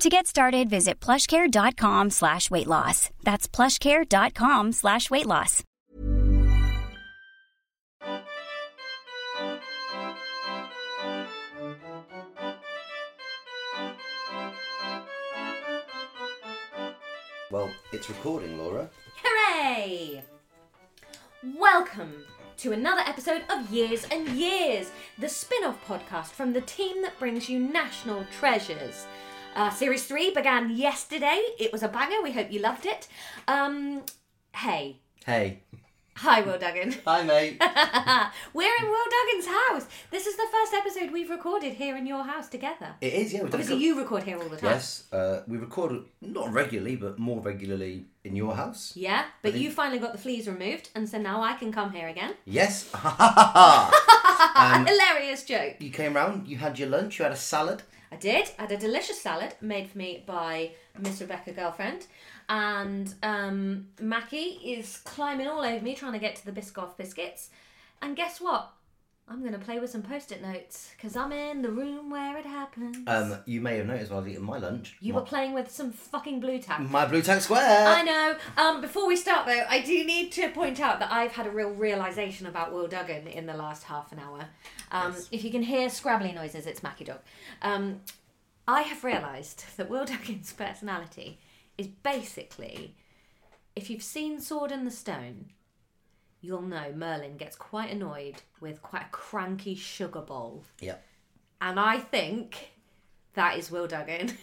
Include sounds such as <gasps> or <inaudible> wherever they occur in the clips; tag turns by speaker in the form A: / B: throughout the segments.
A: To get started, visit plushcare.com slash weight loss. That's plushcare.com slash weight loss.
B: Well, it's recording, Laura.
C: Hooray! Welcome to another episode of Years and Years, the spin off podcast from the team that brings you national treasures. Uh, series 3 began yesterday. It was a banger. We hope you loved it. Um, hey.
B: Hey.
C: Hi, Will Duggan. <laughs>
B: Hi, mate.
C: We're in Will Duggan's house. This is the first episode we've recorded here in your house together.
B: <laughs> it is, yeah. We've done a
C: Obviously,
B: couple-
C: you record here all the time.
B: Yes, uh, we record not regularly, but more regularly in your house.
C: Yeah, but
B: I think-
C: you finally got the fleas removed, and so now I can come here again.
B: Yes. you
C: a <laughs> hilarious joke.
B: came round. You had your lunch. You had a salad.
C: I did. I had a delicious salad made for me by Miss Rebecca girlfriend. And um, Mackie is climbing all over me trying to get to the Biscoff biscuits. And guess what? I'm going to play with some post it notes because I'm in the room where it happens.
B: Um, you may have noticed while I was eating my lunch.
C: you
B: my,
C: were playing with some fucking blue tack.
B: my blue tack square.
C: I know. Um, before we start, though, I do need to point out that I've had a real realization about Will Duggan in the last half an hour. Um, If you can hear scrabbly noises, it's Mackie Dog. Um, I have realised that Will <laughs> Duggan's personality is basically, if you've seen Sword in the Stone, you'll know Merlin gets quite annoyed with quite a cranky sugar bowl.
B: Yeah.
C: And I think that is Will Duggan. <laughs>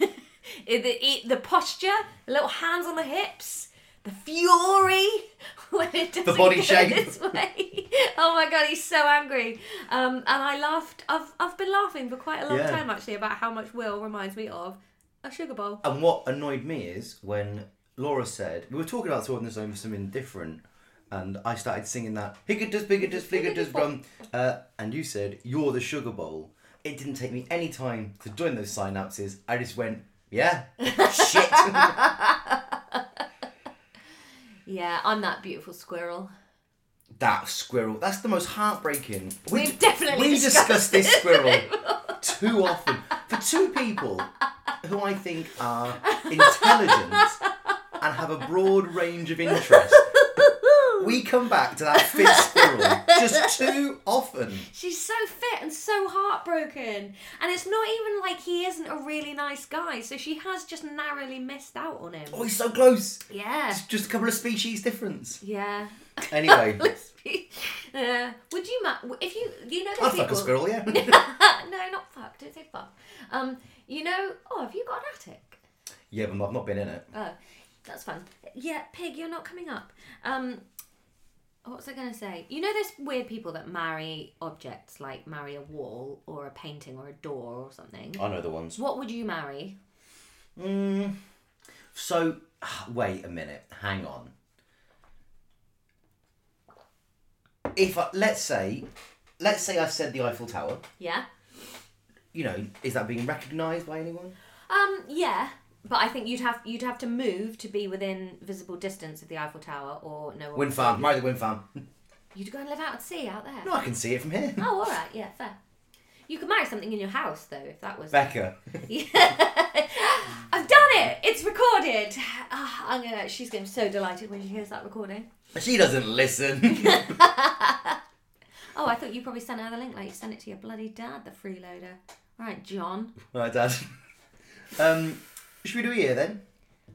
C: It- the, it- the posture, the little hands on the hips, the fury <laughs> when it doesn't
B: body
C: go
B: shape.
C: this <laughs> way. Oh my god, he's so angry. Um, and I laughed. I've I've been laughing for quite a long
B: Yeah.
C: time actually about how much Will reminds me of a sugar bowl.
B: And what annoyed me is when Laura said we were talking about Sword in the Stone for something different, and I started singing that higgadus biggadus fliggadus brum, uh, and you said you're the sugar bowl. It didn't take me any time to join those synapses. I just went, yeah, shit.
C: Yeah, I'm that beautiful squirrel.
B: that squirrel. That's the most heartbreaking. We
C: We've definitely
B: we
C: discussed
B: discussed this squirrel
C: <laughs>
B: too often for two people who I think are intelligent and have a broad range of interests. We come back to that fit squirrel just too often.
C: She's so fit and so heartbroken. And it's not even like he isn't a really nice guy, so she has just narrowly missed out on him.
B: Oh, he's so close.
C: Yeah.
B: It's just a couple of species difference.
C: Yeah. <laughs>
B: Anyway,
C: Let's be- uh, would you ma- if you you know
B: I'd fuck
C: those
B: a
C: people? Uh,
B: squirrel,
C: <laughs>
B: yeah.
C: no, not fuck. Don't say fuck. Um, you know. Oh, have you got an attic?
B: yeah, but I've not been in it.
C: Oh, that's fun. Yeah, pig, you're not coming up. Um, what was I gonna say? You know those weird people that marry objects, like marry a wall or a painting or a door or something.
B: I know the ones.
C: What would you marry?
B: So, ah, wait a minute. Hang on. If I, let's say, let's say I said the Eiffel Tower.
C: Yeah.
B: You know, is that being recognised by anyone?
C: Um, yeah. But I think you'd have you'd have to move to be within visible distance of the Eiffel Tower, or no. one
B: Wind
C: would
B: farm.
C: see
B: Marry the wind farm.
C: you. You'd go and live out at sea, out there.
B: No, I can see it from here. <laughs>
C: Oh, all right, yeah, fair. You could marry something in your house, though, if that was.
B: Becca.
C: I've done it. It's recorded. Ah, I'm gonna. She's gonna be so delighted when she hears that recording.
B: She doesn't listen. <laughs>
C: Oh, I thought you probably sent her the link. Like you sent it to your bloody dad, the freeloader. Right, John.
B: right, Dad. Um, should we do a year then?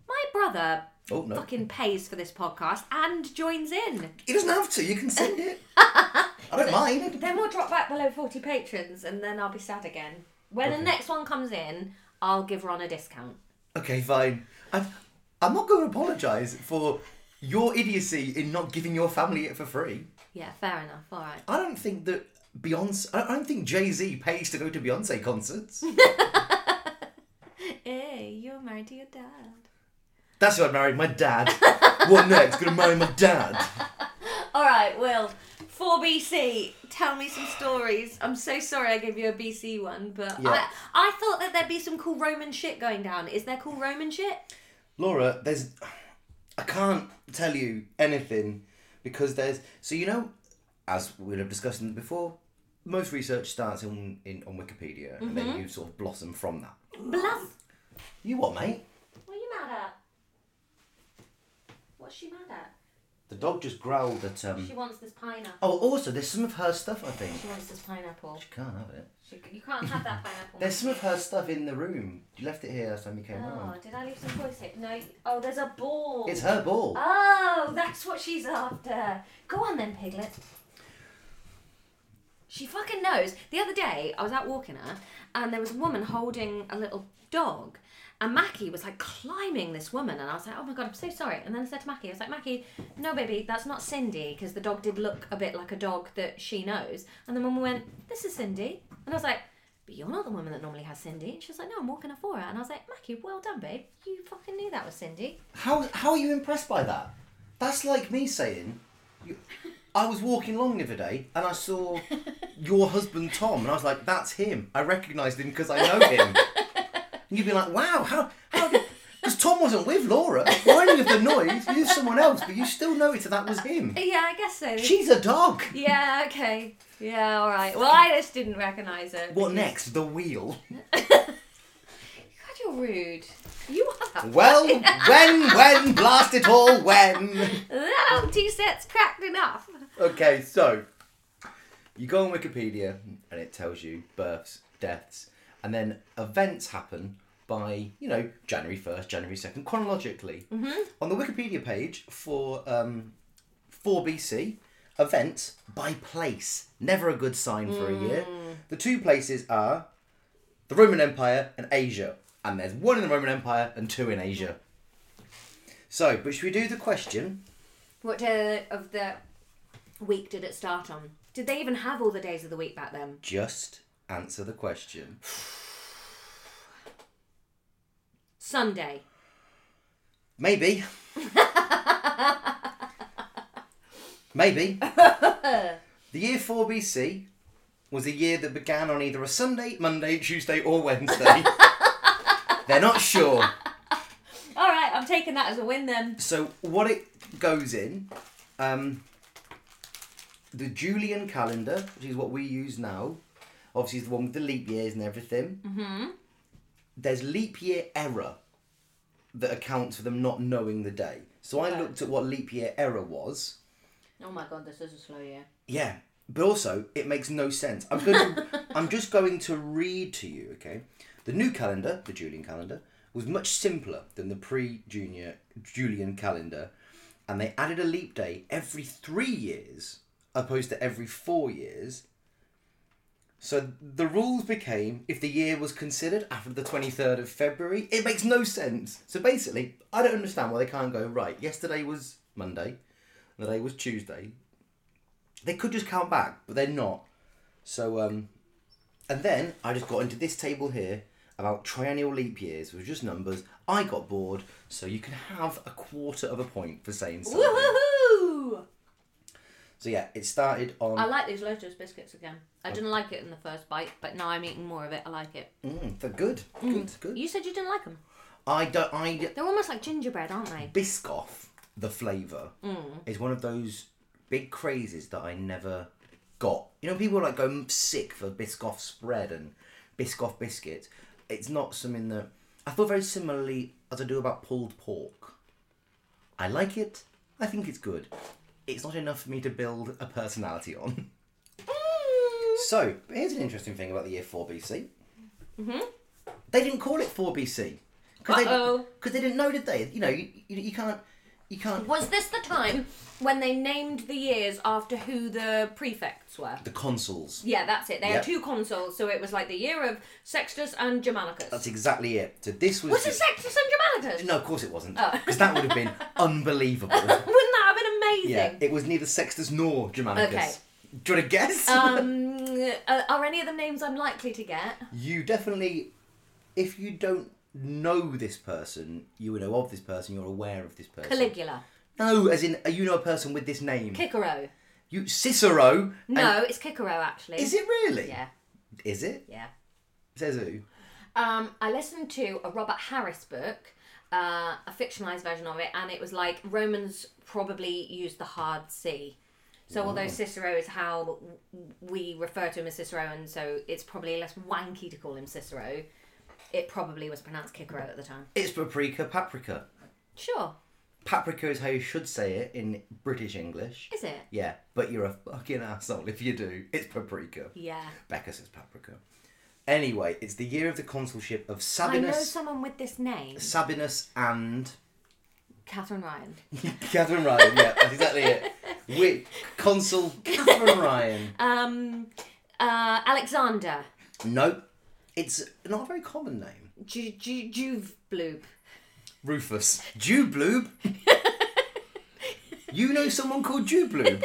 C: My brother
B: Oh, no.
C: fucking pays for this podcast and joins in.
B: He doesn't have to. You can send it. I don't mind.
C: Then we'll drop back below 40 patrons and then I'll be sad again. When the next one comes in, I'll give Ron a discount.
B: Okay, fine. I'm, I'm not going to apologise for your idiocy in not giving your family it for free.
C: Yeah, fair enough. All right.
B: I don't think that Beyonce. I don't- I don't think Jay Z pays to go to Beyonce concerts. <laughs>
C: Hey, you're married to your dad.
B: That's who I'd marry. My
C: <laughs>
B: dad. what next? Gonna marry my dad.
C: All right, Will. 4BC, tell me some stories. I'm so sorry I gave you a BC one, but
B: Yeah.
C: I, I thought that there'd be some cool Roman shit going down. Is there cool Roman shit?
B: Laura, there's. I can't tell you anything because there's. So, you know, as we'll have discussed before, most research starts in, in on Wikipedia and
C: Mm-hmm.
B: then you sort of blossom from that.
C: Bluff.
B: You what, mate?
C: What are you mad at? What's she mad at?
B: The dog just growled at. um...
C: She wants this pineapple.
B: Oh, also, there's some of her stuff, I think.
C: She wants this pineapple.
B: She can't have it.
C: She, you can't have that pineapple.
B: There's some of her stuff in the room. You left it here last time you came
C: Oh,
B: round.
C: did I leave some toys here? No. Oh, there's a ball.
B: It's her ball.
C: Oh, that's what she's after. Go on then, Piglet. She fucking knows. The other day, I was out walking her, and there was a woman holding a little dog. And Mackie was like climbing this woman, and I was like, oh my god, I'm so sorry. And then I said to Mackie, I was like, Mackie, no, baby, that's not Cindy, because the dog did look a bit like a dog that she knows. And the woman went, this is Cindy. And I was like, but you're not the woman that normally has Cindy. And she was like, no, I'm walking her for her. And I was like, Mackie, well done, babe. You fucking knew that was Cindy.
B: How how are you impressed by that? That's like me saying, you, I was walking along the other day and I saw your husband Tom, and I was like, that's him. I recognised him because I know him. and you'd be like, wow, how how. Because Tom wasn't with Laura. Whining of the noise, you someone else, but you still noticed that that was him.
C: Yeah, I guess <laughs> so.
B: She's a dog.
C: Yeah, okay. Yeah, all right. Well, I just didn't recognise it.
B: What next? The wheel.
C: God, you're rude. You are.
B: <laughs> Well, when, when, blast it all, when.
C: No, two sets cracked enough.
B: Okay, so you go on Wikipedia and it tells you births, deaths, and then events happen by you know January first, January second, chronologically. On the Wikipedia page for um, four BC, events by place, never a good sign for a year. The two places are the Roman Empire and Asia, and there's one in the Roman Empire and two in Asia. So, but should we do the question?
C: What day of the week did it start on? Did they even have all the days of the week back then?
B: Just answer the question.
C: Sunday.
B: Maybe. Maybe. the year 4 BC was a year that began on either a Sunday, Monday, Tuesday, or Wednesday. They're not sure.
C: All right, I'm taking that as a win then.
B: So, what it goes in, um, the Julian calendar, which is what we use now, obviously, is the one with the leap years and everything. Mm-hmm. There's leap year error that accounts for them not knowing the day. So, I looked at what leap year error was.
C: Oh my god, this is a slow year.
B: Yeah, but also it makes no sense. I'm going. To, I'm just going to read to you. Okay, the new calendar, the Julian calendar, was much simpler than the pre-junior Julian calendar, and they added a leap day every three years, opposed to every four years. So the rules became if the year was considered after the 23rd of February, it makes no sense. So basically, I don't understand why they can't go, right, yesterday was Monday, the day was Tuesday, they could just count back, but they're not. So, um, and then I just got into this table here about triennial leap years with just numbers. I got bored, so you can have a quarter of a point for saying something. Oh.
C: Woohoo!
B: So yeah, it started on.
C: I like these Lotus biscuits again. I didn't like it in the first bite, but now I'm eating more of it. I like it.
B: Mm, they're good, good, good.
C: You said you didn't like them.
B: I don't. I
C: They're almost like gingerbread, aren't they?
B: Biscoff, the flavour, is one of those big crazes that I never got. You know, people like go sick for Biscoff spread and Biscoff biscuits. It's not something that I feel very similarly as I do about pulled pork. I like it. I think it's good. It's not enough for me to build a personality on. So here's an interesting thing about the year 4 BC. Mm-hmm. They didn't call it 4 BC.
C: Uh-oh.
B: Because they, didn't know, did they? You know, you, you, you can't. You can't.
C: Was this the time when they named the years after who the prefects were?
B: The consuls.
C: Yeah, that's it. They
B: Yep.
C: had two consuls, so it was like the year of Sextus and Germanicus.
B: That's exactly it. So this was.
C: was
B: the-
C: it Sextus and Germanicus?
B: No, of course it wasn't. Because that would have
C: <laughs>
B: been unbelievable.
C: Wouldn't that have been Oh. amazing?
B: yeah, it was neither Sextus nor Germanicus.
C: Okay.
B: Do you want to guess?
C: <laughs> um, uh, are any of them names I'm likely to get?
B: <laughs> you definitely, if you don't know this person, you know of this person, you're aware of this person.
C: Caligula,
B: No, as in, uh, you know a person with this name.
C: Cicero.
B: you Cicero. and-
C: No, it's Cicero actually.
B: is it really?
C: Yeah,
B: Is it?
C: yeah.
B: Says who?
C: Um, I listened to a Robert Harris book, uh, a fictionalized version of it, and it was like Romans probably used the hard C. So although Cicero is how w- we refer to him as Cicero, and so it's probably less wanky to call him Cicero, it probably was pronounced Cicero at the time.
B: It's paprika, paprika.
C: Sure,
B: Paprika is how you should say it in British English.
C: is it?
B: Yeah, but you're a fucking asshole if you do. It's paprika.
C: Yeah.
B: Becca says paprika. Anyway, it's the year of the consulship of
C: I know
B: Sabinus,
C: someone with this name,
B: Sabinus and
C: Catherine Ryan.
B: Catherine Ryan. Yeah, that's exactly it. With
C: <laughs>
B: consul Catherine Ryan.
C: Um, uh, Alexander
B: Nope, it's not a very common name.
C: Ju- Ju- Juve Bloop.
B: Rufus. Jew
C: <laughs>
B: Bloob. you know someone called Jew Bloob.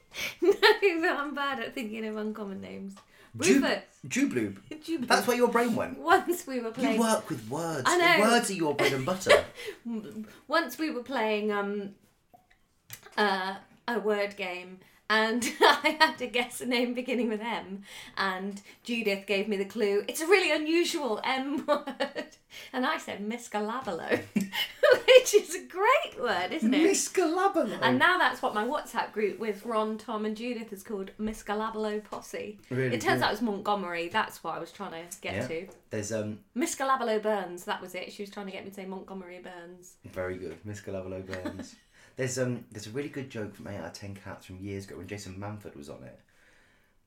C: <laughs> I'm bad at thinking of uncommon names.
B: Jew,
C: Rufus.
B: Jew Bloob.
C: Jew Bloop.
B: That's where your brain went.
C: Once we were
B: You
C: playing.
B: work with words.
C: I know.
B: Words are your bread and
C: <laughs>
B: butter.
C: Once we were playing um, uh, a word game, and <laughs> I had to guess a name beginning with M. And Judith gave me the clue. It's a really unusual M <laughs> word, and I said miscalabolo, <laughs> which is a great word, isn't it?
B: Miss Galabalo.
C: and now that's what my WhatsApp group with Ron, Tom, and Judith is called Miscalabolo Posse.
B: Really
C: it turns
B: good.
C: out it was Montgomery. That's what I was trying to get
B: yeah.
C: to.
B: There's um
C: Miss Galabalo Burns, that was it. She was trying to get me to say Montgomery Burns.
B: Very good, Miss Galavolo Burns. there's um, there's a really good joke from Eight Out of Ten Cats from years ago when Jason Manford was on it,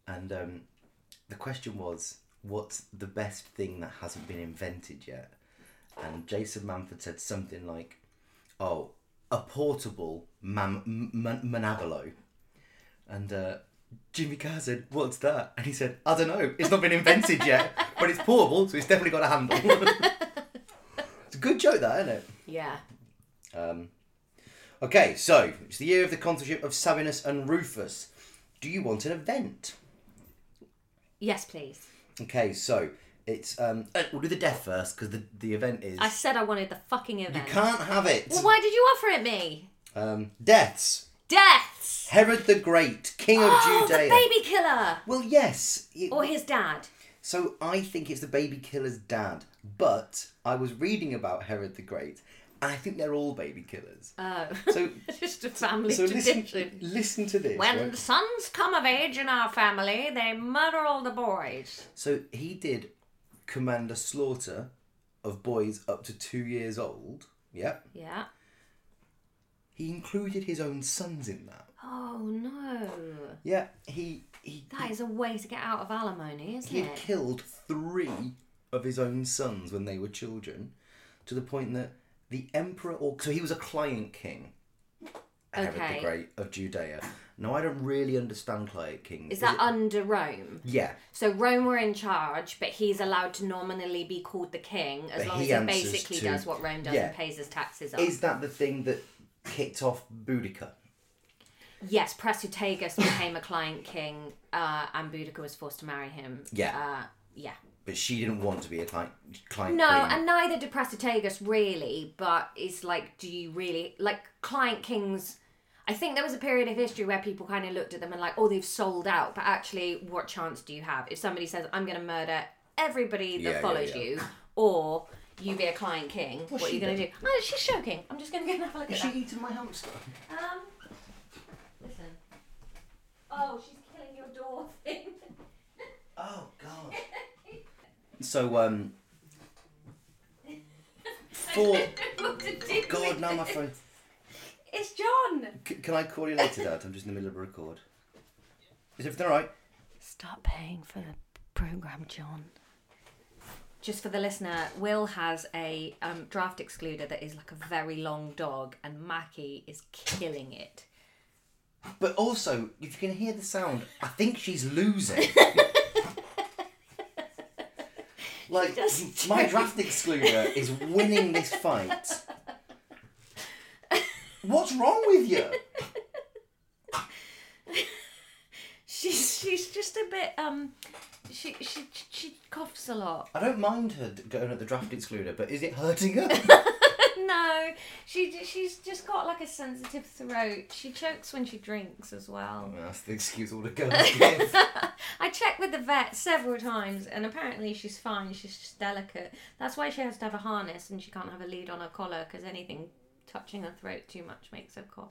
B: and um, the question was, "What's the best thing that hasn't been invented yet?" And Jason Manford said something like, "Oh, a portable mam- m- man- manabolo," and. Uh, Jimmy Carr said, "What's that?" And he said, "I don't know. It's not been invented yet, but it's portable, so it's definitely got a handle." <laughs> it's a good joke, that isn't it?
C: Yeah.
B: Um, okay, so it's the year of the consulship of Sabinus and Rufus. Do you want an event?
C: Yes, please.
B: Okay, so it's um, uh, we'll do the death first because the the event is
C: I said I wanted the fucking event.
B: you can't have it.
C: Well, why did you offer it me?
B: Um, deaths.
C: Deaths!
B: Herod the Great, king of
C: Oh, <gasps> the
B: Judea.
C: baby Oh, killer!
B: Well, yes. it-
C: Or his dad.
B: So I think it's the baby killer's dad, but I was reading about Herod the Great, and I think they're all baby killers.
C: Oh.
B: So.
C: <laughs> Just a family
B: So
C: tradition.
B: listen, listen to this.
C: When
B: right?
C: the sons come of age in our family, they murder all the boys.
B: So he did command a slaughter of boys up to two years old. Yep.
C: Yeah.
B: He included his own sons in that.
C: Oh, no.
B: Yeah. He he
C: That is a way to get out of alimony, isn't
B: he
C: it?
B: had killed three of his own sons when they were children, to the point that the emperor or so he was a client king. Herod the
C: Okay.
B: Great of Judea. Now I don't really understand client kings.
C: Is that
B: it-
C: under Rome?
B: yeah?
C: So Rome were in charge, but he's allowed to nominally be called the king as
B: But
C: long
B: he
C: as he
B: answers
C: basically
B: to-
C: does what Rome does
B: yeah.
C: and pays his taxes up.
B: Is that the thing that kicked off Boudica?
C: Yes, Prasutagus became a client king, uh, and Boudicca was forced to marry him.
B: Yeah.
C: Uh, yeah.
B: But she didn't want to be a client client
C: No,
B: queen.
C: and neither did Prasutagus really, but it's like, do you really. Like, client kings. I think there was a period of history where people kind of looked at them and, like, oh, they've sold out, but actually, what chance do you have? If somebody says, I'm going to murder everybody that
B: Yeah, yeah,
C: follows
B: yeah.
C: you, or you be a client king, what are
B: she
C: you going to
B: done?
C: do? Oh, she's choking. I'm just going to go and have a look at that.
B: eaten my hamster?
C: Um, listen. Oh, she's killing your door thing.
B: Oh god. <laughs> so um <laughs> for
C: what to do
B: God
C: with
B: now my
C: it.
B: phone
C: It's John.
B: C- can I call you later, Dad? I'm just in the middle of a record. Is everything alright?
C: Stop paying for the program, John. just for the listener, Will has a um, draft excluder that is like a very long dog, and Mackie is killing it.
B: But also, if you can hear the sound, I think she's
C: <laughs>
B: losing. <laughs> like,
C: Just-
B: my draft excluder is winning this
C: <laughs>
B: fight. What's wrong with you?
C: She's she's just a bit um, she she she coughs a lot.
B: I don't mind her d- going at the draft excluder, but is it hurting her?
C: No, she j- she's just got like a sensitive throat. She chokes when she drinks as well.
B: That's the excuse all the girls give. <laughs>
C: I checked with the vet several times, and apparently she's fine. She's just delicate. That's why she has to have a harness, and she can't have a lead on her collar because anything touching her throat too much makes her cough.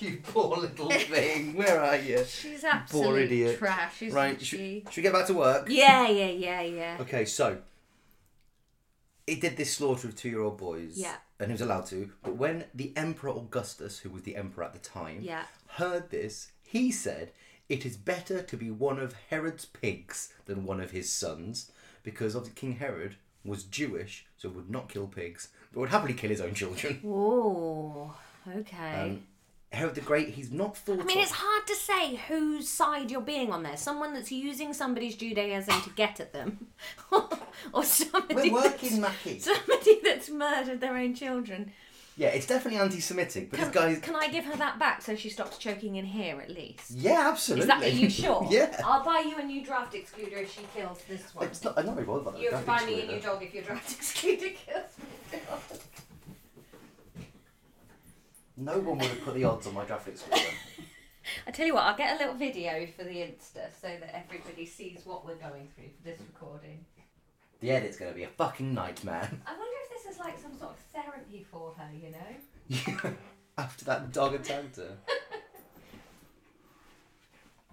B: You poor little thing. Where are you?
C: She's
B: Poor
C: absolute
B: idiot.
C: trash, isn't
B: Right, should,
C: she?
B: should we get back to work?
C: Yeah, yeah, yeah, yeah.
B: Okay, so he did this slaughter of two-year-old boys.
C: Yeah.
B: And he was allowed to. But when the Emperor Augustus, who was the emperor at the time,
C: Yeah.
B: heard this, he said, "It is better to be one of Herod's pigs than one of his sons, because obviously King Herod was Jewish, so would not kill pigs, but would happily kill his own
C: <laughs>
B: children."
C: Oh, okay.
B: Um, Herod the Great, he's not thought.
C: I mean,
B: of-
C: it's hard to say whose side you're being on there. Someone that's using somebody's Judaism to get at them, <laughs> or somebody
B: We're working,
C: that's-
B: Mackie.
C: somebody that's murdered their own children.
B: Yeah, it's definitely anti-Semitic, but this
C: Can,
B: guy's.
C: can I give her that back so she stops choking in here at least?
B: Yeah, absolutely.
C: Is that are you sure?
B: <laughs> yeah.
C: I'll buy you a new draft excluder if she kills this one.
B: It's not, I know we both like
C: You have
B: that
C: to buy me a
B: excluder.
C: new dog if your draft <laughs> excluder kills me.
B: No one would have put the odds on my draft excluder.
C: I tell you what, I'll get a little video for the Insta so that everybody sees what we're going through for this recording.
B: the edit's going to be a fucking nightmare. <laughs>
C: I wonder if this is like some sort of therapy for her, you know?
B: After that dog attacked her.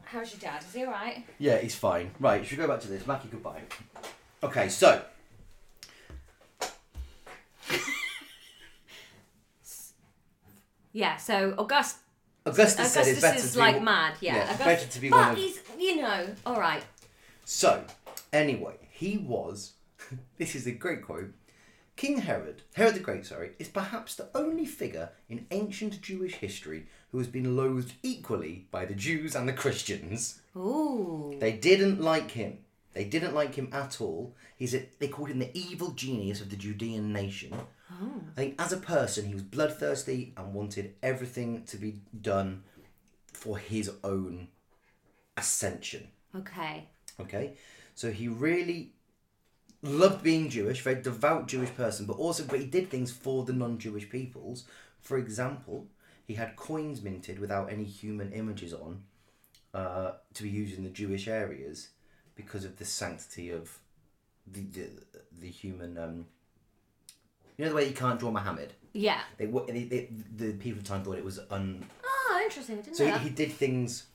C: How's your dad? Is he alright?
B: Yeah, he's fine. Right, should we go back to this? Mackie, goodbye. Okay, so.
C: Yeah, so August
B: Augustus, said it's
C: Augustus
B: better
C: is
B: to
C: like
B: be,
C: mad, yeah.
B: yeah,
C: August-
B: better to be
C: but
B: one of-
C: he's you know, alright.
B: So, anyway, he was. <laughs> this is a great quote. King Herod, Herod the Great, sorry, is perhaps the only figure in ancient Jewish history who has been loathed equally by the Jews and the Christians.
C: Ooh.
B: They didn't like him. They didn't like him at all. He's a, they called him the evil genius of the Judean nation. I think as a person, he was bloodthirsty and wanted everything to be done for his own ascension.
C: Okay.
B: Okay, so he really loved being Jewish, very devout Jewish person, but also but he did things for the non-Jewish peoples. For example, he had coins minted without any human images on uh, to be used in the Jewish areas because of the sanctity of the the, the human. Um, you know the way you can't draw Muhammad.
C: Yeah.
B: They, wa- they, they the people of time thought it was un
C: Oh, interesting. I didn't
B: so
C: know
B: he,
C: that.
B: he did things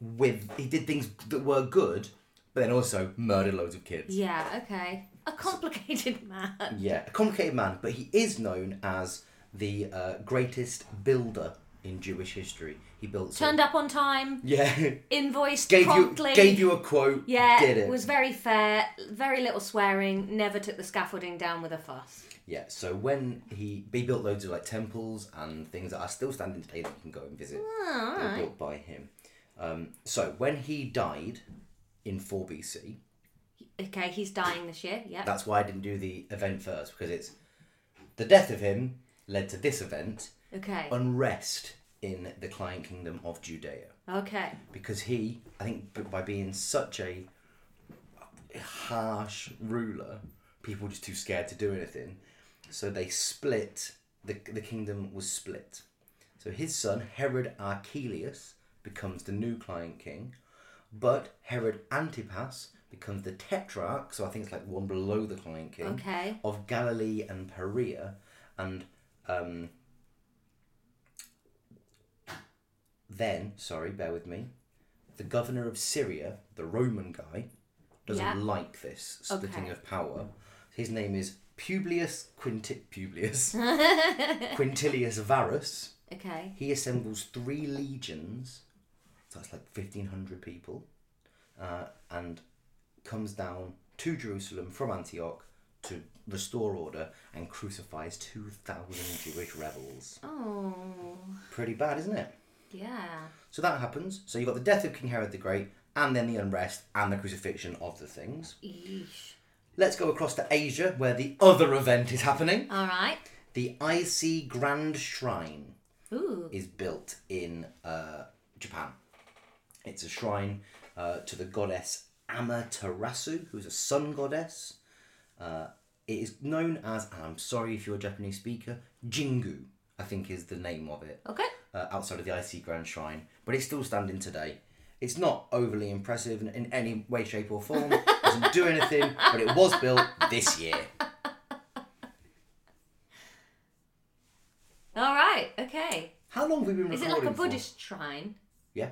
B: with he did things that were good, but then also murdered loads of kids.
C: Yeah, okay. A complicated <laughs> man.
B: Yeah, a complicated man, but he is known as the uh, greatest builder in Jewish history. He built some-
C: Turned up on time,
B: <laughs> Yeah,
C: invoiced
B: gave
C: promptly.
B: you gave you a quote.
C: yeah,
B: did it
C: was very fair, very little swearing, never took the scaffolding down with a fuss.
B: yeah. So when he he built loads of like temples and things that are still standing today that you can go and visit.
C: Oh,
B: They were built by him. Um, so when he died in four BC,
C: Okay, he's dying this year, yep.
B: That's why I didn't do the event first because it's the death of him led to this event
C: okay.
B: unrest in the client kingdom of Judea
C: Okay. <laughs>
B: because he I think b- by being such a harsh ruler people were just too scared to do anything so they split the the kingdom was split so his son Herod Archelaus becomes the new client king but Herod Antipas becomes the tetrarch so I think it's like one below the client king
C: Okay.
B: of Galilee and Perea and um then, sorry, bear with me, the governor of Syria, the Roman guy, doesn't
C: Yeah.
B: like this splitting
C: Okay.
B: of power. His name is Publius Quinti- Publius <laughs> Quintilius Varus.
C: Okay.
B: He assembles three legions, so that's like fifteen hundred people, uh, and comes down to Jerusalem from Antioch to restore order and crucifies 2,000 Jewish rebels.
C: Oh,
B: Pretty bad, isn't it?
C: yeah.
B: So that happens. So you've got the death of King Herod the Great, and then the unrest and the crucifixion of the things.
C: Yeesh.
B: Let's go across to Asia, where the other event is happening.
C: All right.
B: The Icy Grand Shrine
C: Ooh.
B: is built in uh, Japan. It's a shrine uh, to the goddess Amaterasu, who's a sun goddess. Uh, it is known as, and I'm sorry if you're a Japanese speaker, Jingu, I think is the name of it
C: Okay.
B: uh, outside of the IC Grand Shrine, but it's still standing today. It's not overly impressive in, in any way, shape, or form.
C: <laughs>
B: It doesn't do anything, but it was built this year.
C: All right. Okay.
B: How long have we been
C: Is
B: recording
C: it like a
B: for?
C: Buddhist shrine?
B: Yeah.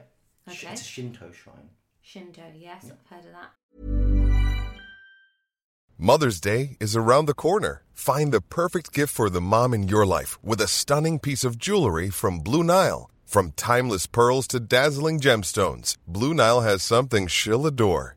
B: Sh-
C: Okay.
B: It's a Shinto shrine.
C: Shinto. Yes, I've heard of that.
D: Mother's Day is around the corner. Find the perfect gift for the mom in your life with a stunning piece of jewelry from Blue Nile. From timeless pearls to dazzling gemstones, Blue Nile has something she'll adore.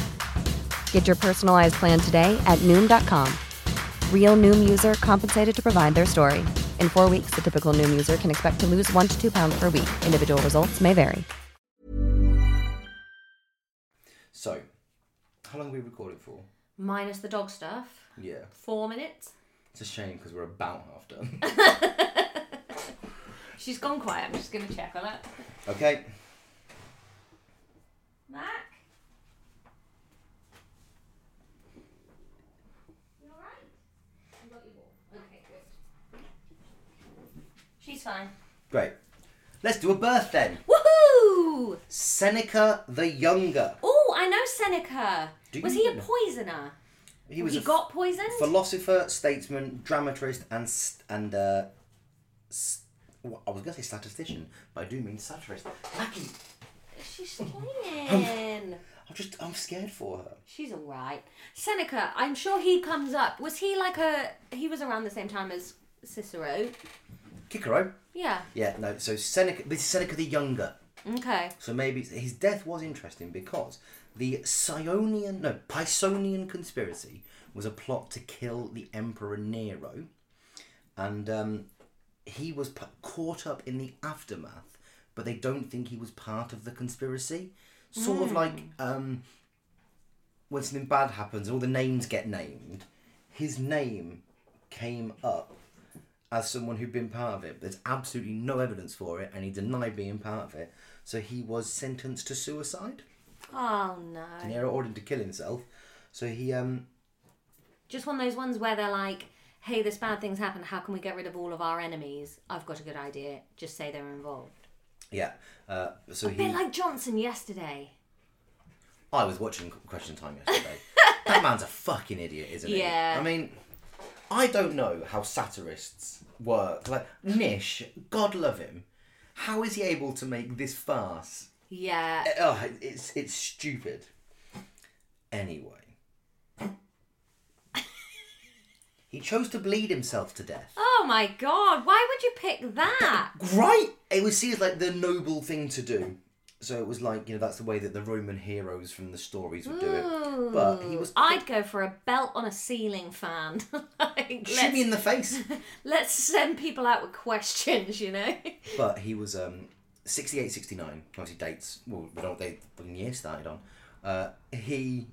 E: Get your personalized plan today at Noom.com. Real Noom user compensated to provide their story. In four weeks, the typical Noom user can expect to lose one to two pounds per week. Individual results may vary.
B: So, how long have we recorded for?
C: Minus the dog stuff.
B: Yeah.
C: Four minutes.
B: It's a shame because we're about half
C: <laughs>
B: done.
C: She's gone quiet. I'm just gonna check on it.
B: okay.
C: Mac. You all right? I got you all. Okay, good. She's fine.
B: Great. Let's do a birth then.
C: Woohoo!
B: Seneca the Younger.
C: Oh, I know Seneca.
B: Do
C: was
B: you
C: he a
B: know?
C: poisoner? He,
B: was a
C: got poisoned.
B: philosopher, statesman, dramatist, and st- and uh, s well, I was going to say statistician, but I do mean satirist. Mackie,
C: She's playing.
B: I'm just I'm scared for her.
C: She's all right. Seneca, I'm sure he comes up. Was he like a? He was around the same time as Cicero.
B: Cicero.
C: Yeah.
B: Yeah, no. So Seneca, this is Seneca the Younger.
C: Okay.
B: So maybe it's- his death was interesting because the Sionian, no, Pisonian conspiracy was a plot to kill the Emperor Nero, and um, he was p- caught up in the aftermath. But they don't think he was part of the conspiracy. Sort of like um, when something bad happens, all the names get named. His name came up as someone who'd been part of it. There's absolutely no evidence for it, and he denied being part of it. So he was sentenced to suicide.
C: Oh no.
B: Nero ordered to kill himself. So he um
C: Just one of those ones where they're like, hey, this bad thing's happened. How can we get rid of all of our enemies? I've got a good idea. Just say they're involved.
B: yeah. Uh, so
C: A bit
B: he.
C: like Johnson yesterday.
B: I was watching Question Time yesterday. <laughs> that man's a fucking idiot, isn't he?
C: Yeah.
B: I mean, I don't know how satirists work. Like Nish, God love him. How is he able to make this farce
C: Yeah.
B: Oh, it's it's stupid. Anyway, he chose to bleed himself to death.
C: Oh my god, why would you pick that?
B: Right? It was seen as like the noble thing to do. So it was like you know that's the way that the Roman heroes from the stories would <laughs> do it. But he was
C: I'd go for a belt on a ceiling fan. <laughs> like,
B: shoot me in
C: let's,
B: the face.
C: let's send people out with questions, you know? <laughs>
B: but he was um 68 69 obviously dates well we don't date the year started on uh he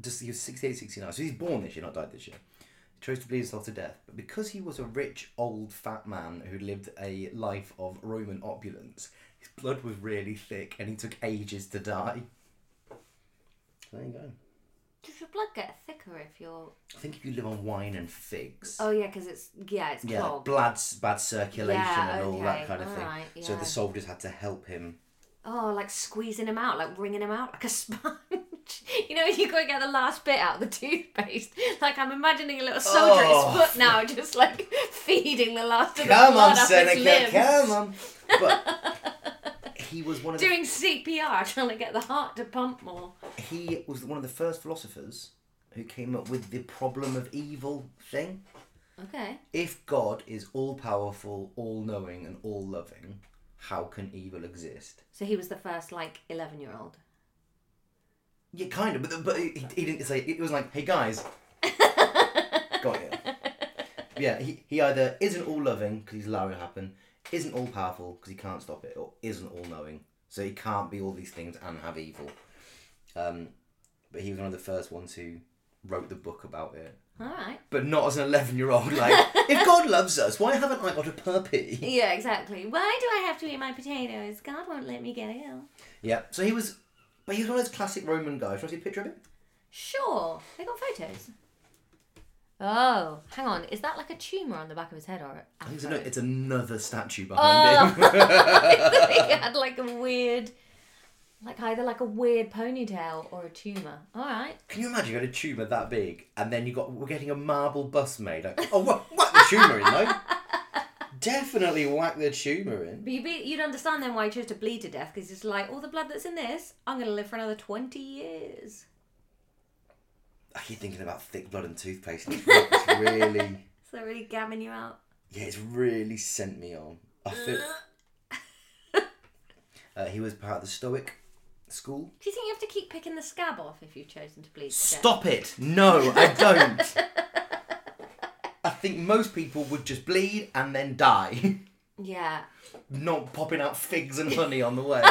B: just he was 68 69 so he's born this year not died this year he chose to bleed himself to death but because he was a rich old fat man who lived a life of roman opulence his blood was really thick and he took ages to die there you go
C: Does your blood get thicker if you're.
B: i think if you live on wine and figs
C: Oh, yeah, because it's. Yeah, it's
B: yeah, like
C: clogged.
B: blood, bad circulation
C: Yeah,
B: and all
C: okay,
B: that kind of thing.
C: alright,
B: So
C: yeah.
B: the soldiers had to help him.
C: Oh, like squeezing him out, like wringing him out like a <laughs> sponge. You know, you go and get the last bit out of the toothpaste. Like I'm imagining a little soldier at
B: Oh.
C: his foot now, <laughs> just like feeding the last of the
B: Come
C: blood
B: on,
C: up his
B: Seneca,
C: limbs.
B: come on. But
C: <laughs>
B: he was one of
C: Doing CPR, <laughs> trying to get the heart to pump more.
B: the, he was one of the first philosophers who came up with the problem of evil thing.
C: Okay.
B: If God is all powerful, all knowing, and all loving, how can evil exist?
C: So he was the first like 11 year old.
B: Yeah, kind of, but but he, he didn't say it was like, hey guys, got you. Yeah, he, he either isn't all loving because he's allowing it to happen, isn't all powerful because he can't stop it, or isn't all knowing, so he can't be all these things and have evil. Um, but he was one of the first ones who wrote the book about it,
C: All right.
B: but not as an eleven-year-old. Like, if God loves us, why haven't I got a puppy?
C: Yeah, exactly. Why do I have to eat my potatoes? God won't let me get ill.
B: Yeah, so he was, but he was one of those classic Roman guys. Should I see a picture of him?
C: Sure. They got photos. Oh, hang on. Is that like a tumour on the back of his head or?
B: I think it's,
C: afro?
B: ano- it's another statue behind him.
C: <laughs> he had like a weird, like either like a weird ponytail or a tumor. All right.
B: Can you imagine you had a tumour that big and then you got we're getting a marble bus made? Like, oh, wha- whack the tumour in though. Definitely whack the tumour in.
C: But you'd, be, you'd understand then why he chose to bleed to death because it's like all the blood that's in this, I'm gonna live for another twenty years.
B: I keep thinking about thick blood and toothpaste. And it's re- it's really,
C: Is that really gamming you out?
B: yeah, it's really sent me on. I feel. Uh, he was part of the Stoic school.
C: Do you think you have to keep picking the scab off if you've chosen to bleed to death?
B: Stop it! No, I don't. I think most people would just bleed and then die, <laughs>
C: Yeah.
B: not popping out figs and honey on the way.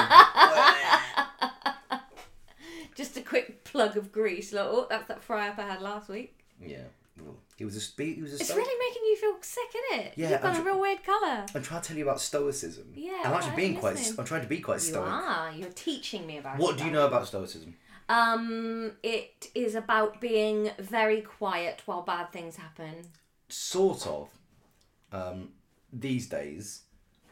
C: Just a quick plug of grease. Like, oh, that's that fry up I had last week.
B: Yeah. Well, He was a spe- he was a
C: It's
B: Stoic.
C: really making you feel sick, isn't it?
B: Yeah,
C: You've got
B: I'm
C: a
B: tr-
C: real weird colour.
B: I'm trying to tell you about stoicism.
C: Yeah,
B: I'm actually
C: alright,
B: being quite
C: listening.
B: I'm trying to be quite
C: You
B: stoic.
C: are. You're teaching me about
B: What do
C: that.
B: you know about stoicism?
C: Um, it is about being very quiet while bad things happen.
B: Sort of. Um, these days,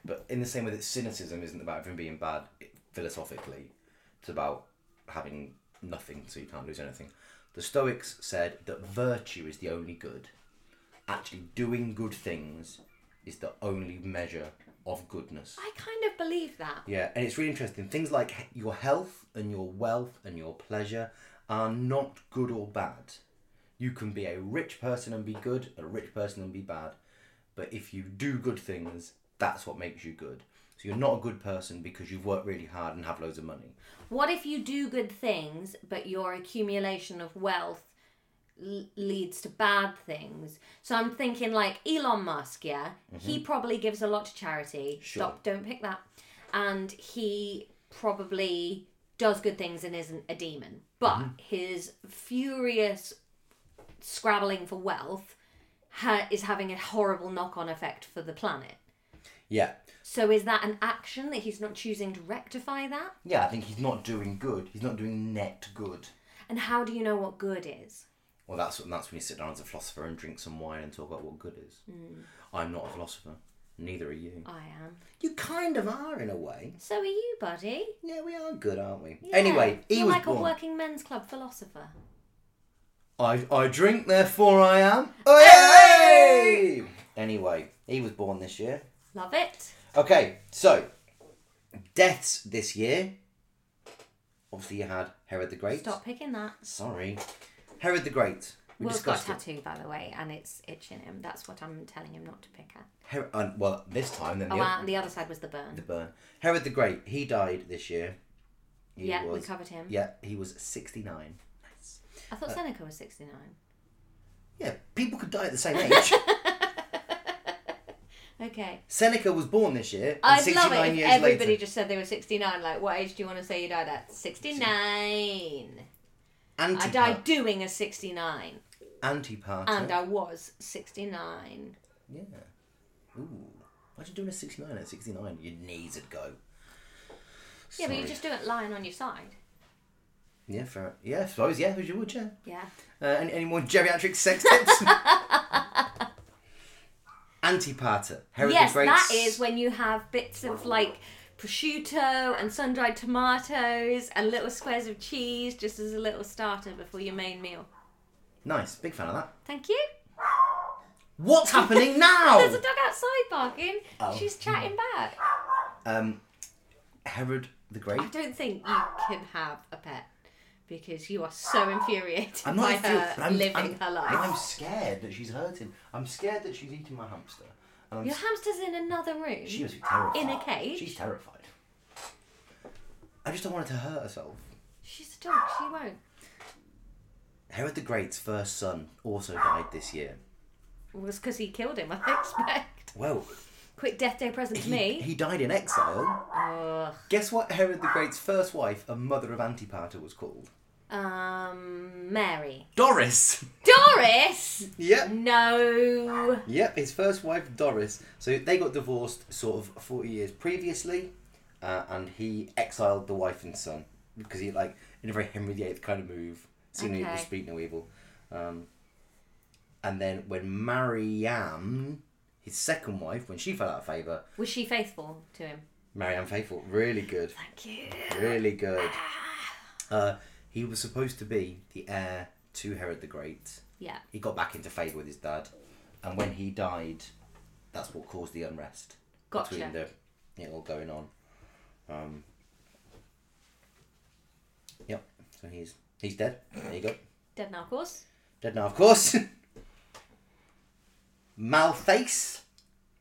B: but in the same way that cynicism isn't about everyone being bad it- philosophically, it's about having nothing so you can't lose anything. The Stoics said that virtue is the only good. Actually, doing good things is the only measure of goodness.
C: I kind of believe that.
B: Yeah, and it's really interesting. Things like he- your health and your wealth and your pleasure are not good or bad. You can be a rich person and be good, a rich person and be bad. But if you do good things, that's what makes you good. So you're not a good person because you've worked really hard and have loads of money.
C: What if you do good things, but your accumulation of wealth l- leads to bad things? So I'm thinking like Elon Musk, yeah? He probably gives a lot to charity.
B: Sure.
C: Stop, don't pick that. And he probably does good things and isn't a demon. But his furious scrabbling for wealth ha- is having a horrible knock on effect for the planet.
B: Yeah.
C: So is that an action that he's not choosing to rectify that?
B: Yeah, I think he's not doing good. He's not doing net good.
C: And how do you know what good is?
B: Well, that's when that's when you sit down as a philosopher and drink some wine and talk about what good is. I'm not a philosopher. Neither are you.
C: I am.
B: You kind of are in a way.
C: So are you, buddy.
B: Yeah, we are good, aren't we?
C: Yeah.
B: Anyway, he
C: You're
B: was
C: like
B: born.
C: a working men's club philosopher.
B: I, I drink, therefore I am. Hey! Anyway, he was born this year.
C: Love it.
B: Okay, so deaths this year. Obviously, you had Herod the Great.
C: Stop picking that.
B: Sorry, Herod the Great. We
C: Will's got a
B: discussed it.
C: tattoo, by the way, and it's itching him. That's what I'm telling him not to pick at.
B: Her- and, well, this time then the,
C: Oh,
B: oth-
C: and the other side was the burn.
B: the burn. Herod the Great. He died this year. He
C: Yeah, we covered him.
B: Yeah, he was sixty nine.
C: I
B: uh,
C: thought Seneca was 69.
B: Yeah, people could die at the same
C: <laughs>
B: age.
C: Okay.
B: Seneca was born this year. and
C: I'd
B: 69
C: love it if
B: years
C: everybody
B: later.
C: just said they were 69. Like, what age do you want to say you died at? 69. I
B: Antipa-
C: died doing a 69.
B: Antipater.
C: And uh, I was 69.
B: Yeah. Ooh. Imagine doing a 69 at 69. Your knees would go.
C: Yeah, but you
B: Sorry.
C: just do it lying on your side.
B: Yeah, fair. Yeah, I suppose. Yeah, as you would, yeah.
C: Yeah.
B: Uh, any, any more geriatric sex
C: <laughs>
B: tips? Antipater. Herod
C: yes,
B: the Great's...
C: that is when you have bits of like prosciutto and sun dried tomatoes and little squares of cheese just as a little starter before your main meal.
B: Nice. Big fan of that.
C: Thank you.
B: What's happening
C: <laughs>
B: now?
C: There's a dog outside barking.
B: Oh.
C: She's chatting back.
B: Um, Herod the Great.
C: I don't think you can have a pet because you are so infuriated
B: I'm
C: by
B: not feel-
C: her
B: but I'm,
C: living
B: I'm-
C: her life.
B: I'm scared that she's hurting. I'm scared that she's eating my hamster. And I'm
C: Your hamster's in another room.
B: She must be terrified.
C: In a cage?
B: She's terrified. I just don't want her to hurt herself.
C: She's a dog. She won't.
B: Herod the Great's first son also died this year.
C: It was because he killed him. I <laughs> expect.
B: Well,
C: Quick death day present to
B: he,
C: me.
B: he died in exile.
C: Ugh.
B: Guess what Herod the Great's first wife and mother of Antipater was called?
C: Um, Mary.
B: Doris!
C: Doris.
B: yep.
C: No.
B: Yep, his first wife, Doris. So they got divorced sort of 40 years previously, uh, and he exiled the wife and son because he, like, in a very Henry VIII kind of move, seeing no evil,
C: Okay.
B: speak no evil. Um, and then when Marianne, his second wife, when she fell out of favour,
C: Was she faithful to him?
B: Marianne Faithful, really good. Thank you. Really good. Uh, he was supposed to be the heir to Herod the Great
C: Yeah.
B: he got back into favour with his dad, and when he died, that's what caused the unrest
C: Gotcha.
B: between the it all going on. Um, yep. So he's he's dead. There you go.
C: Dead now, of course.
B: Dead now, of course. <laughs> Malface.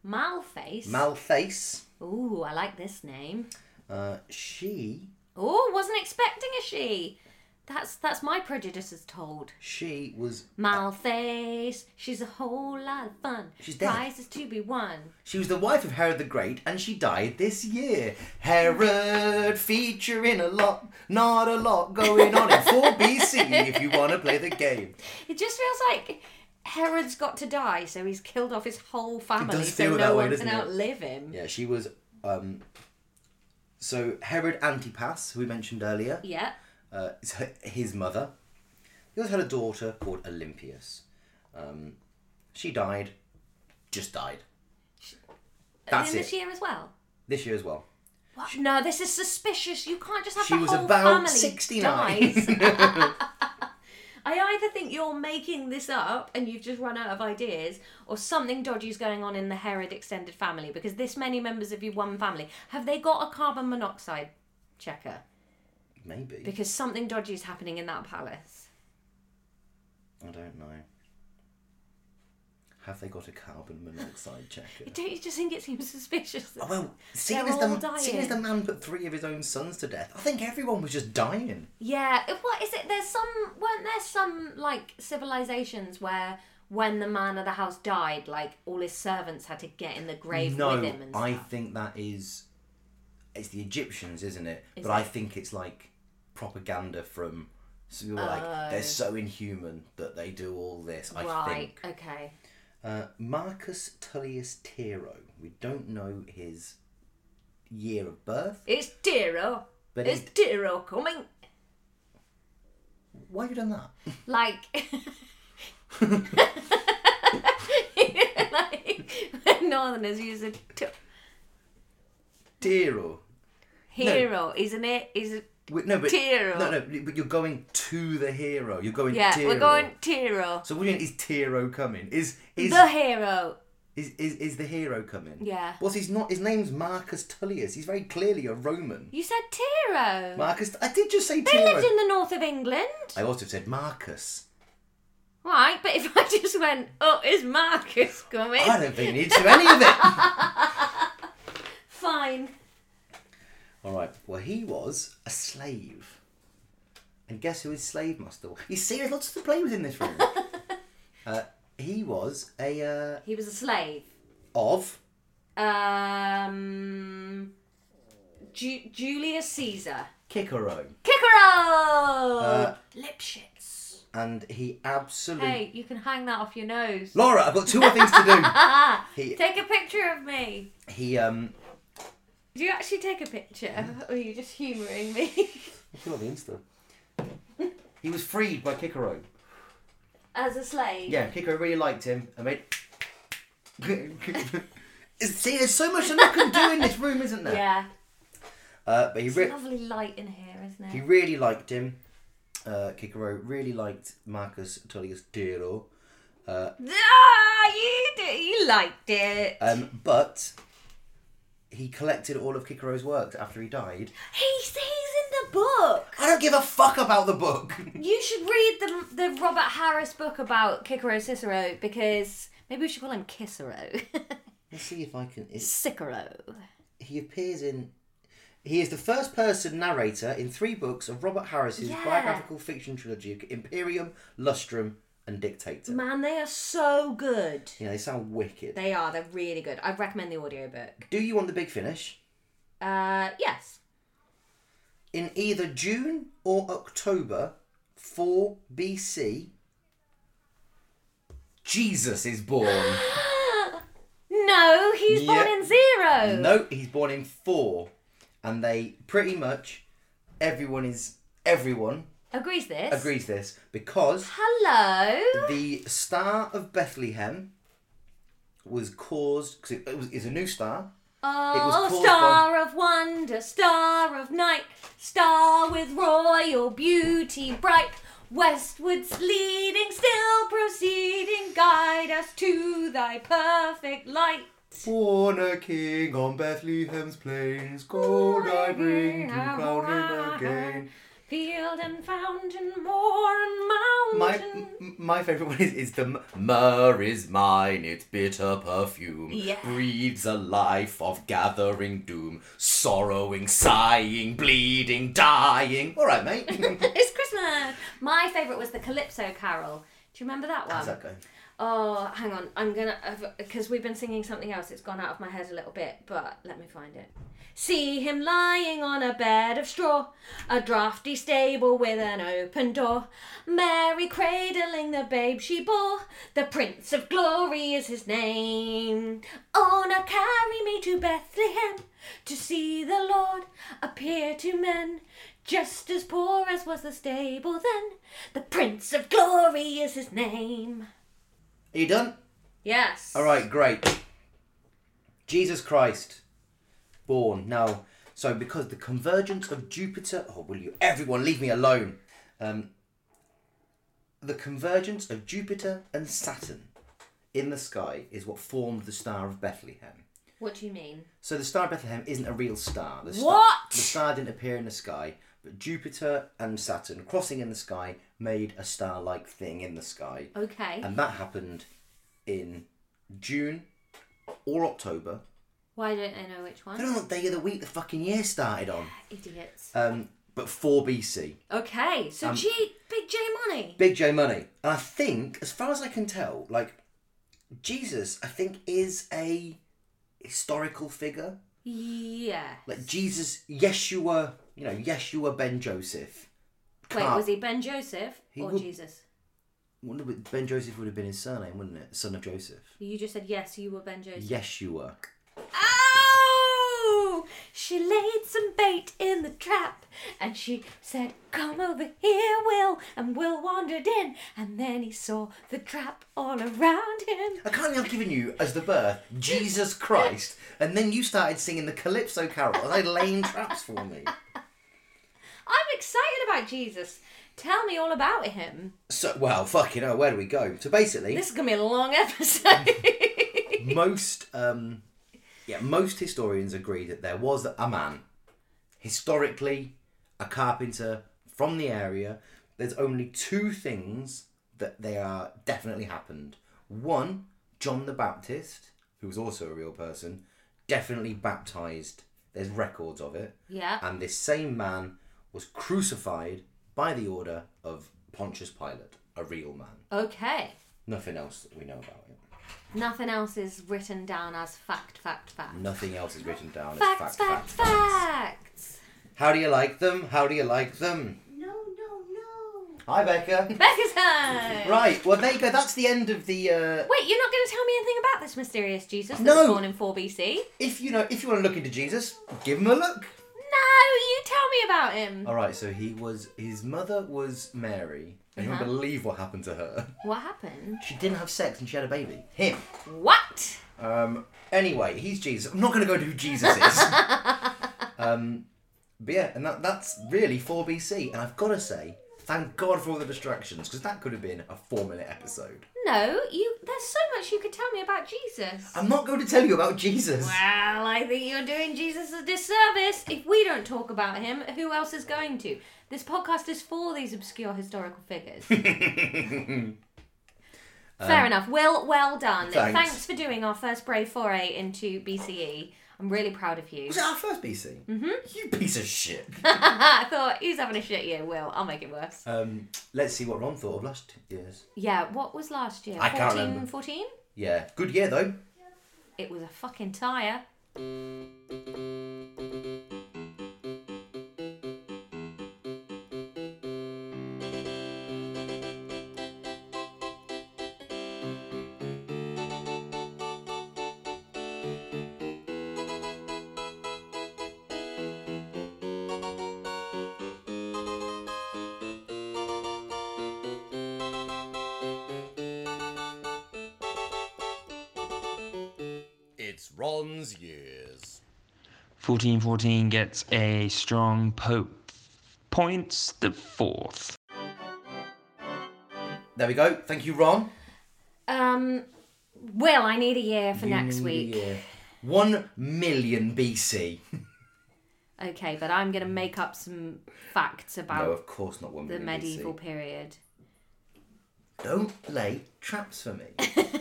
C: Malface.
B: Malface.
C: Ooh, I like this name.
B: Uh, she
C: Oh, wasn't expecting a she. That's that's my prejudices told.
B: she was
C: Malface, she's a whole lot of fun.
B: She's dead.
C: Prizes to be won.
B: She was the wife of Herod the Great, and she died this year. Herod featuring a lot, not a lot going on in 4 BC if you want to play the game.
C: It just feels like Herod's got to die, so he's killed off his whole family,
B: does
C: so
B: feel
C: no
B: that way,
C: one
B: doesn't it?
C: can outlive him.
B: Yeah, she was. Um, so Herod Antipas, who we mentioned earlier,
C: Yeah.
B: uh, is her, his mother. He also had a daughter called Olympias. Um, she died, just died That's
C: in
B: it.
C: this year as well.
B: this year as well.
C: What? No, this is suspicious. You can't just have
B: She
C: the
B: was
C: whole
B: about
C: family
B: 69.
C: dies.
B: <laughs>
C: <laughs> I either think you're making this up and you've just run out of ideas, or something dodgy's going on in the Herod extended family because this many members of your one family have they got a carbon monoxide checker?
B: Maybe
C: Because something dodgy is happening in that palace.
B: I don't know. Have they got a carbon monoxide checker?
C: Don't you just think it seems suspicious?
B: Oh, well, seeing
C: They're
B: as,
C: all
B: the,
C: dying.
B: seeing as the man put three of his own sons to death, I think everyone was just dying.
C: Yeah, if- what is it? There's some weren't there some like civilizations where when the man of the house died, like all his servants had to get in the grave with
B: no,
C: him and stuff.
B: I think that is. It's the Egyptians, isn't it?
C: Is
B: but
C: it?
B: I think it's like propaganda from. So people were
C: Oh.
B: like, they're so inhuman that they do all this, I
C: right.
B: think.
C: Okay.
B: Uh, Marcus Tullius Tiro. We don't know his year of birth.
C: It's Tiro.
B: But
C: it's
B: it-
C: Tiro coming.
B: Why have you done that?
C: Like. <laughs> like when Northerners use a t-
B: Tiro.
C: hero, isn't it? Is it?
B: Wait, No, but
C: Tiro.
B: no, no. But you're going to the hero. You're going.
C: Yeah,
B: Tiro.
C: we're going Tiro.
B: So what do you mean? Is Tiro coming? Is is
C: the hero.
B: Is, is is the hero coming?
C: Yeah.
B: Well, he's not. His name's Marcus Tullius. He's very clearly a Roman.
C: You said Tiro.
B: Marcus. I did just say
C: They
B: Tiro.
C: lived in the north of England.
B: I also said Marcus.
C: Right, but if <laughs> I just went, oh, is Marcus coming?
B: I don't think you need to do any of
C: <laughs>
B: it.
C: Fine.
B: All right. Well, he was a slave. And guess who his slave master was? You see, there's lots to play with in this
C: <laughs>
B: room. uh, he was a uh,
C: He was a slave.
B: of
C: Um, Ju- Julius Caesar.
B: Cicero,
C: Kikero!
B: Uh,
C: Lipschitz.
B: and he absolutely.
C: Hey, you can hang that off your nose.
B: Laura, I've got two more things to
C: <laughs>
B: do.
C: Take a picture of me.
B: He he um.
C: Do you actually take a picture? <laughs> Or are you just humouring me? <laughs>
B: What's on the Insta? He was freed by Cicero.
C: As a slave?
B: Yeah, Kiko really liked him and made. <laughs> See, there's so much that I can do in this room, isn't there?
C: Yeah.
B: Uh, but he, re-
C: Lovely light in here, isn't it?
B: he really liked him. Uh, Kikero really liked Marcus Tullius Dero.
C: Ah, you do. You liked it.
B: Um, but he collected all of Kikero's works after he died.
C: he's, he's in the book.
B: I don't give a fuck about the book. <laughs>
C: You should read the the Robert Harris book about Cicero Cicero because maybe we should call him Cicero. <laughs>
B: Let's see if I can. It's,
C: Cicero.
B: he appears in. He is the first person narrator in three books of Robert Harris's
C: Yeah.
B: biographical fiction trilogy Imperium, Lustrum, and Dictator.
C: Man, they are so good.
B: Yeah, they sound wicked.
C: They are. They're really good. I recommend the audiobook.
B: Do you want the big finish?
C: Uh, yes.
B: In either June or October 4 BC, Jesus is
C: <gasps>
B: born.
C: No, he was born
B: Yeah.
C: in zero.
B: no, he's born in 4. And they pretty much, everyone is, everyone
C: Agrees this.
B: agrees this because
C: Hello.
B: the star of Bethlehem was caused, because it, it was, it's a new star.
C: Oh,
B: caused
C: star of wonder, star of night, star with royal beauty bright. Westwards leading, still proceeding, guide us to thy perfect light.
B: Born a king on Bethlehem's plains, gold I bring to crown him again.
C: Field and fountain, moor and
B: My
C: mountain.
B: m- my favorite one is, is the m- myrrh is mine. Its bitter perfume
C: Yeah.
B: breathes a life of gathering doom, sorrowing, sighing, bleeding, dying. All right, mate. <laughs> How's
C: It's Christmas. My favourite was the Calypso Carol. Do you remember that one?
B: that going?
C: Oh, hang on. I'm gonna because we've been singing something else. It's gone out of my head a little bit, but let me find it. See him lying on a bed of straw, a drafty stable with an open door. Mary cradling the babe she bore. The Prince of Glory is his name. Oh, now carry me to Bethlehem to see the Lord appear to men. Just as poor as was the stable then. The Prince of Glory is his name.
B: Are you done?
C: Yes.
B: All right, great. Jesus Christ, born now. So, because the convergence of Jupiter, oh, will you? Everyone, leave me alone. Um, the convergence of Jupiter and Saturn in the sky is what formed the Star of Bethlehem.
C: What do you mean?
B: So, the Star of Bethlehem isn't a real star. The star
C: What?
B: The star didn't appear in the sky, but Jupiter and Saturn crossing in the sky made a star like thing in the sky.
C: Okay.
B: And that happened in June or October.
C: Why don't I know which
B: I
C: one?
B: don't know what day of the week the fucking year started on.
C: Idiots.
B: Um, but 4 BC.
C: Okay, so
B: Um,
C: G, Big J Money.
B: Big J Money. And I think, as far as I can tell, like, Jesus, I think, is a historical figure.
C: Yeah.
B: Like, Jesus, Yeshua, you know, Yeshua ben Joseph.
C: Wait,
B: can't-
C: was he Ben Joseph
B: He
C: or
B: would-
C: Jesus?
B: Wonder what- Ben Joseph would have been his surname, wouldn't it? Son of Joseph.
C: You just said yes, you were Ben Joseph.
B: Yeshua.
C: Oh! She laid some bait in the trap and she said, Come over here, Will. And Will wandered in and then he saw the trap all around him.
B: I can't believe I've given you as the birth Jesus Christ, and then you started singing the Calypso Carol and they laying traps for me.
C: I'm excited about Jesus. Tell me all about him.
B: So, well, fucking hell, where do we go? So basically,
C: This is going to be a long <laughs> episode.
B: most, um, yeah, most historians agree that there was a man, historically, a carpenter from the area. There's only two things that they are definitely happened. One, John the Baptist, who was also a real person, definitely baptized. There's records of it.
C: Yeah.
B: And this same man was crucified by the order of Pontius Pilate, a real man.
C: <laughs> Okay.
B: Nothing else that we know about it.
C: Nothing else is written down as fact, fact, fact.
B: Nothing else is written down as
C: Facts, facts, facts.
B: How do you like them? How do you like them? No, no, no. Hi, Becca.
C: Becca's time.
B: Right, well, there you go. That's the end of the. Uh,
C: Wait, you're not going to tell me anything about this mysterious Jesus that was
B: No.
C: born in 4 BC?
B: if you know, if you want to look into Jesus, give him a look.
C: No, you tell me about him.
B: All right, so he was. His mother was Mary, and you won't believe what happened to her.
C: What happened?
B: Uh-huh. She didn't have sex, and she had a baby. Him.
C: What?
B: Um. Anyway, he's Jesus. I'm not going to go into who Jesus is. um. But yeah, and that that's really 4 BC, and I've got to say, thank God for all the distractions, because that could have been a four-minute episode.
C: No, you. There's so much you could tell me about Jesus.
B: I'm not going to tell you about Jesus.
C: Well, I think you're doing Jesus a disservice. If we don't talk about him, who else is going to? This podcast is for these obscure historical figures. Fair enough. Will, well done.
B: Um, thanks.
C: for doing our first brave foray into BCE. I'm really proud of
B: <laughs>
C: you. <laughs>
B: Was it our first BC? Mm-hmm. You piece of shit.
C: I thought he's having a shit year, Will. I'll make it worse.
B: um, let's see what Ron thought of last year's.
C: yeah, what was last year?
B: I can't remember.
C: 14?
B: Yeah, good year though.
C: It was a fucking tyre.
B: It's Ron's years.
F: 1414 gets a strong pope. Points the fourth.
B: There we go. Thank you, Ron.
C: Um, Will, I need a year for
B: You
C: next
B: need a
C: week.
B: year. One million BC.
C: Okay, but I'm going to make up some facts about
B: no, of course not one
C: the
B: million
C: medieval
B: BC.
C: period.
B: Don't lay traps
C: <laughs>
B: for me.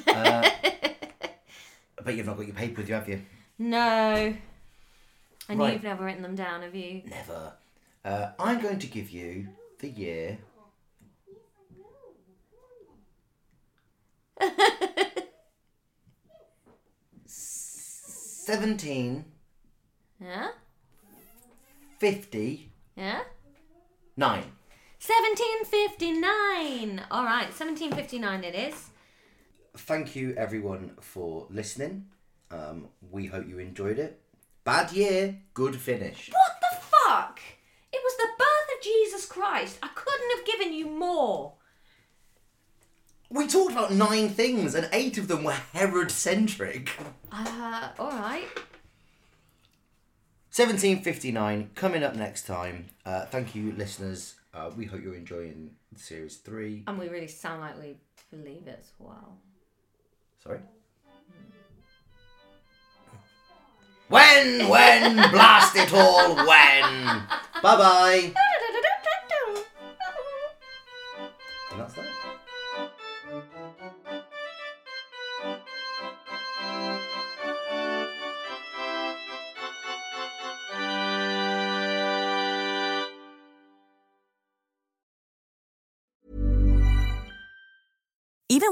B: uh, I bet you've not got your paper with you, have you?
C: No. I knew
B: Right.
C: you've never written them down, have you?
B: Never. Uh, I'm going to give you the year. Seventeen
C: Yeah?
B: fifty
C: Yeah?
B: nine.
C: 1759! Alright, 1759 it is.
B: Thank you everyone for listening. Um, we hope you enjoyed it. Bad year, good finish.
C: What the fuck? It was the birth of Jesus Christ. I couldn't have given you more.
B: We talked about nine things, and eight of them were Herod centric.
C: Uh, alright.
B: 1759 coming up next time uh, thank you listeners uh, we hope you're enjoying series 3
C: And we really sound like we believe it as well.
B: sorry when when blast it all when bye bye and that's that
G: Even